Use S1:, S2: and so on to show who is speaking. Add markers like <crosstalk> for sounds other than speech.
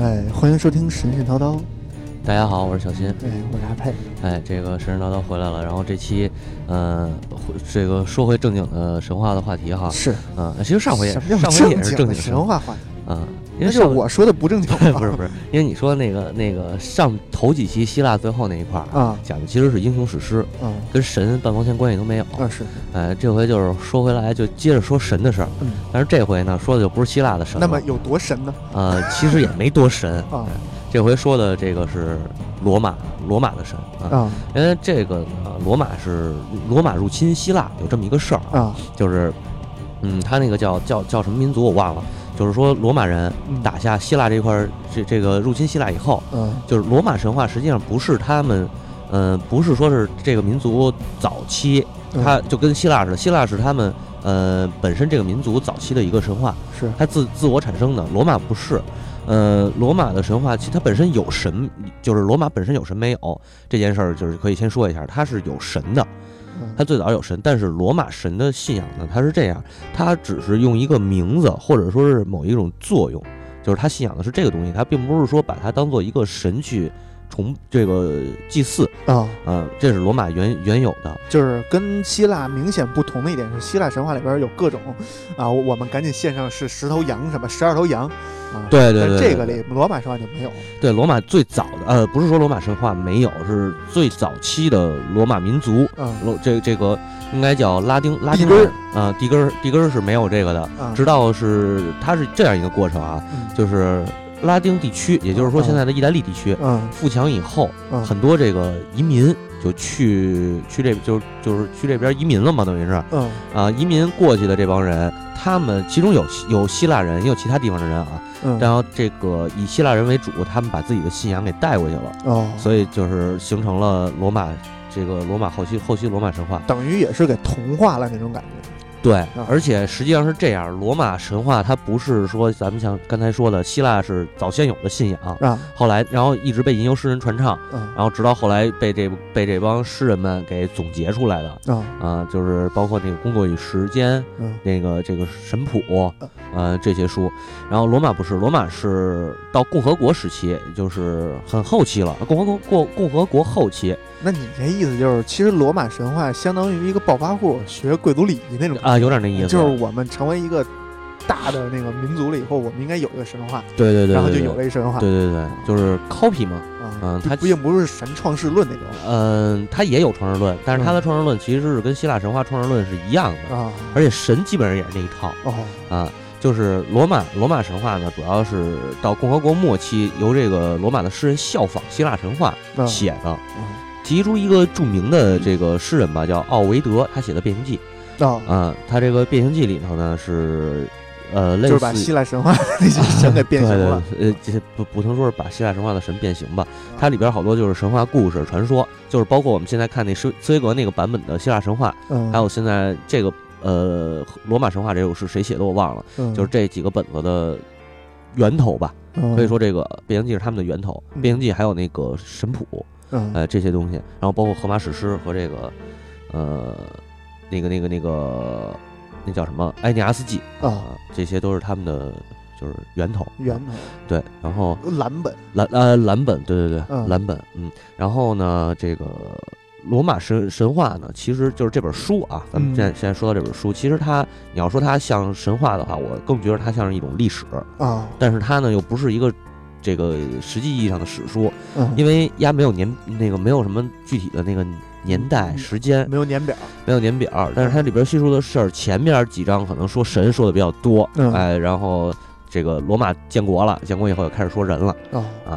S1: 哎
S2: 欢迎收听神神叨叨，
S1: 大家好，我是小新。
S2: 哎，我是阿佩，
S1: 哎，这个神神叨叨回来了，然后这期，嗯、回这个说回正经的神话的话题哈，
S2: 是
S1: 嗯、其实上回也
S2: 什么
S1: 上
S2: 叫
S1: 回也是
S2: 经
S1: 正
S2: 的
S1: 经
S2: 神话话题？
S1: 啊，因
S2: 那就
S1: 为
S2: 是
S1: 上
S2: 我说的不正经
S1: <laughs> 不是不是，因为你说那个那个上头几期希腊最后那一块儿
S2: 啊
S1: 讲的其实是英雄史诗，
S2: 嗯，
S1: 跟神半毛钱关系都没有。
S2: 啊是，
S1: 哎，这回就是说回来就接着说神的事儿，
S2: 嗯，
S1: 但是这回呢说的就不是希腊的神了，
S2: 那么有多神呢？
S1: 呃，其实也没多神，
S2: 啊
S1: 这回说的这个是罗马罗马的神啊
S2: 啊
S1: 因为这个呢，罗马是罗马入侵希腊有这么一个事儿，
S2: 啊，
S1: 就是，嗯，他那个叫叫叫什么民族我忘了，就是说罗马人
S2: 嗯
S1: 打下希腊这块儿，这这个入侵希腊以后，
S2: 嗯
S1: 就是罗马神话实际上不是他们，呃，不是说是这个民族早期，
S2: 嗯
S1: 他就跟希腊似的，希腊是他们呃本身这个民族早期的一个神话，
S2: 是
S1: 它自自我产生的。罗马不是，呃，罗马的神话其实它本身有神，就是罗马本身有神没有这件事儿，就是可以先说一下，它是有神的，
S2: 嗯
S1: 它最早有神，但是罗马神的信仰呢，它是这样，它只是用一个名字或者说是某一种作用，就是它信仰的是这个东西，它并不是说把它当做一个神去崇这个祭祀，
S2: 啊，
S1: 呃，这是罗马原原有的，
S2: 就是跟希腊明显不同的一点是，希腊神话里边有各种啊，我们赶紧献上是十头羊什么十二头羊啊，
S1: 对对
S2: 但
S1: 对，
S2: 这个
S1: 对
S2: 里罗马神话就没有，
S1: 对，罗马最早的，呃，不是说罗马神话没有，是最早期的罗马民族，
S2: 嗯
S1: 罗这这个应该叫拉丁拉
S2: 地
S1: 丁
S2: 根儿
S1: 人啊，地根儿地根儿是没有这个的，
S2: 啊，
S1: 直到是它是这样一个过程啊，
S2: 嗯
S1: 就是拉丁地区，也就是说现在的意大利地区
S2: 嗯
S1: 富强以后，
S2: 嗯
S1: 很多这个移民就去去这就就是去这边移民了嘛，等于是
S2: 嗯
S1: 啊，移民过去的这帮人，他们其中有有希腊人，也有其他地方的人啊，
S2: 嗯，
S1: 然后这个以希腊人为主，他们把自己的信仰给带过去了，
S2: 哦，
S1: 所以就是形成了罗马这个罗马后期后期罗马神话。
S2: 等于也是给同化了那种感觉，
S1: 对，而且实际上是这样，罗马神话它不是说咱们像刚才说的，希腊是早先有的信仰，
S2: 啊，
S1: 后来然后一直被吟游诗人传唱，
S2: 嗯
S1: 然后直到后来被这被这帮诗人们给总结出来的。
S2: 啊
S1: 啊、就是包括那个《工作与时间》
S2: 嗯
S1: 那个这个神谱，呃，这些书。然后罗马不是，罗马是到共和国时期，就是很后期了。共和国过共和国后期
S2: 那你这意思就是，其实罗马神话相当于一个暴发户学贵族礼仪那种
S1: 啊、有点那意思。
S2: 就是我们成为一个大的那个民族了以后，我们应该有一个神话，
S1: 对对对对对，
S2: 然后就有了一神话。
S1: 对对对，就是 copy 嘛。
S2: 啊
S1: 嗯，
S2: 它
S1: 它
S2: 并不是神创世论那种
S1: 嗯、它也有创世论，但是
S2: 嗯
S1: 它的创世论其实是跟希腊神话创世论是一样的，
S2: 啊。
S1: 而且神基本上也是那一套。
S2: 哦，
S1: 啊，就是罗马罗马神话呢，主要是到共和国末期由这个罗马的诗人效仿希腊神话
S2: 嗯
S1: 写的
S2: 嗯。
S1: 提出一个著名的这个诗人吧，叫奥维德，他写的《变形记》
S2: 哦，
S1: 啊，他这个《变形记》里头呢是，呃，类
S2: 就是把希
S1: 似。
S2: 腊神话 <laughs> 那些神给变形
S1: <laughs>
S2: 了。
S1: 对对，呃，这不不能说是把希腊神话的神变形吧，
S2: 嗯
S1: 它里边好多就是神话故事、传说，就是包括我们现在看那斯斯维格那个版本的希腊神话，
S2: 嗯，
S1: 还有现在这个呃罗马神话这首是谁写的我忘了，
S2: 嗯
S1: 就是这几个本子的源头吧。
S2: 嗯
S1: 可以说，这个《变形记》是他们的源头，
S2: 嗯
S1: 《变形记》还有那个神谱，
S2: 嗯
S1: 呃，这些东西，然后包括《荷马史诗》和这个，呃，那个那个那个，那叫什么《埃涅阿斯纪》
S2: 啊
S1: 啊，这些都是他们的就是源头。
S2: 源头
S1: 对，然后
S2: 蓝本
S1: 蓝呃蓝本，对对对，
S2: 嗯
S1: 蓝本，嗯，然后呢，这个罗马神神话呢，其实就是这本书啊，咱们
S2: 嗯
S1: 现在现在说到这本书，其实它你要说它像神话的话，我更觉得它像是一种历史，
S2: 啊，
S1: 但是它呢又不是一个这个实际意义上的史书，
S2: 嗯
S1: 因为呀没有年那个没有什么具体的那个年代
S2: 嗯
S1: 时间，
S2: 没有年表。
S1: 没有年表，但是它里边叙述的事儿，前面几章可能说神说的比较多，
S2: 嗯
S1: 哎，然后这个罗马建国了，建国以后又开始说人了。
S2: 哦，
S1: 啊，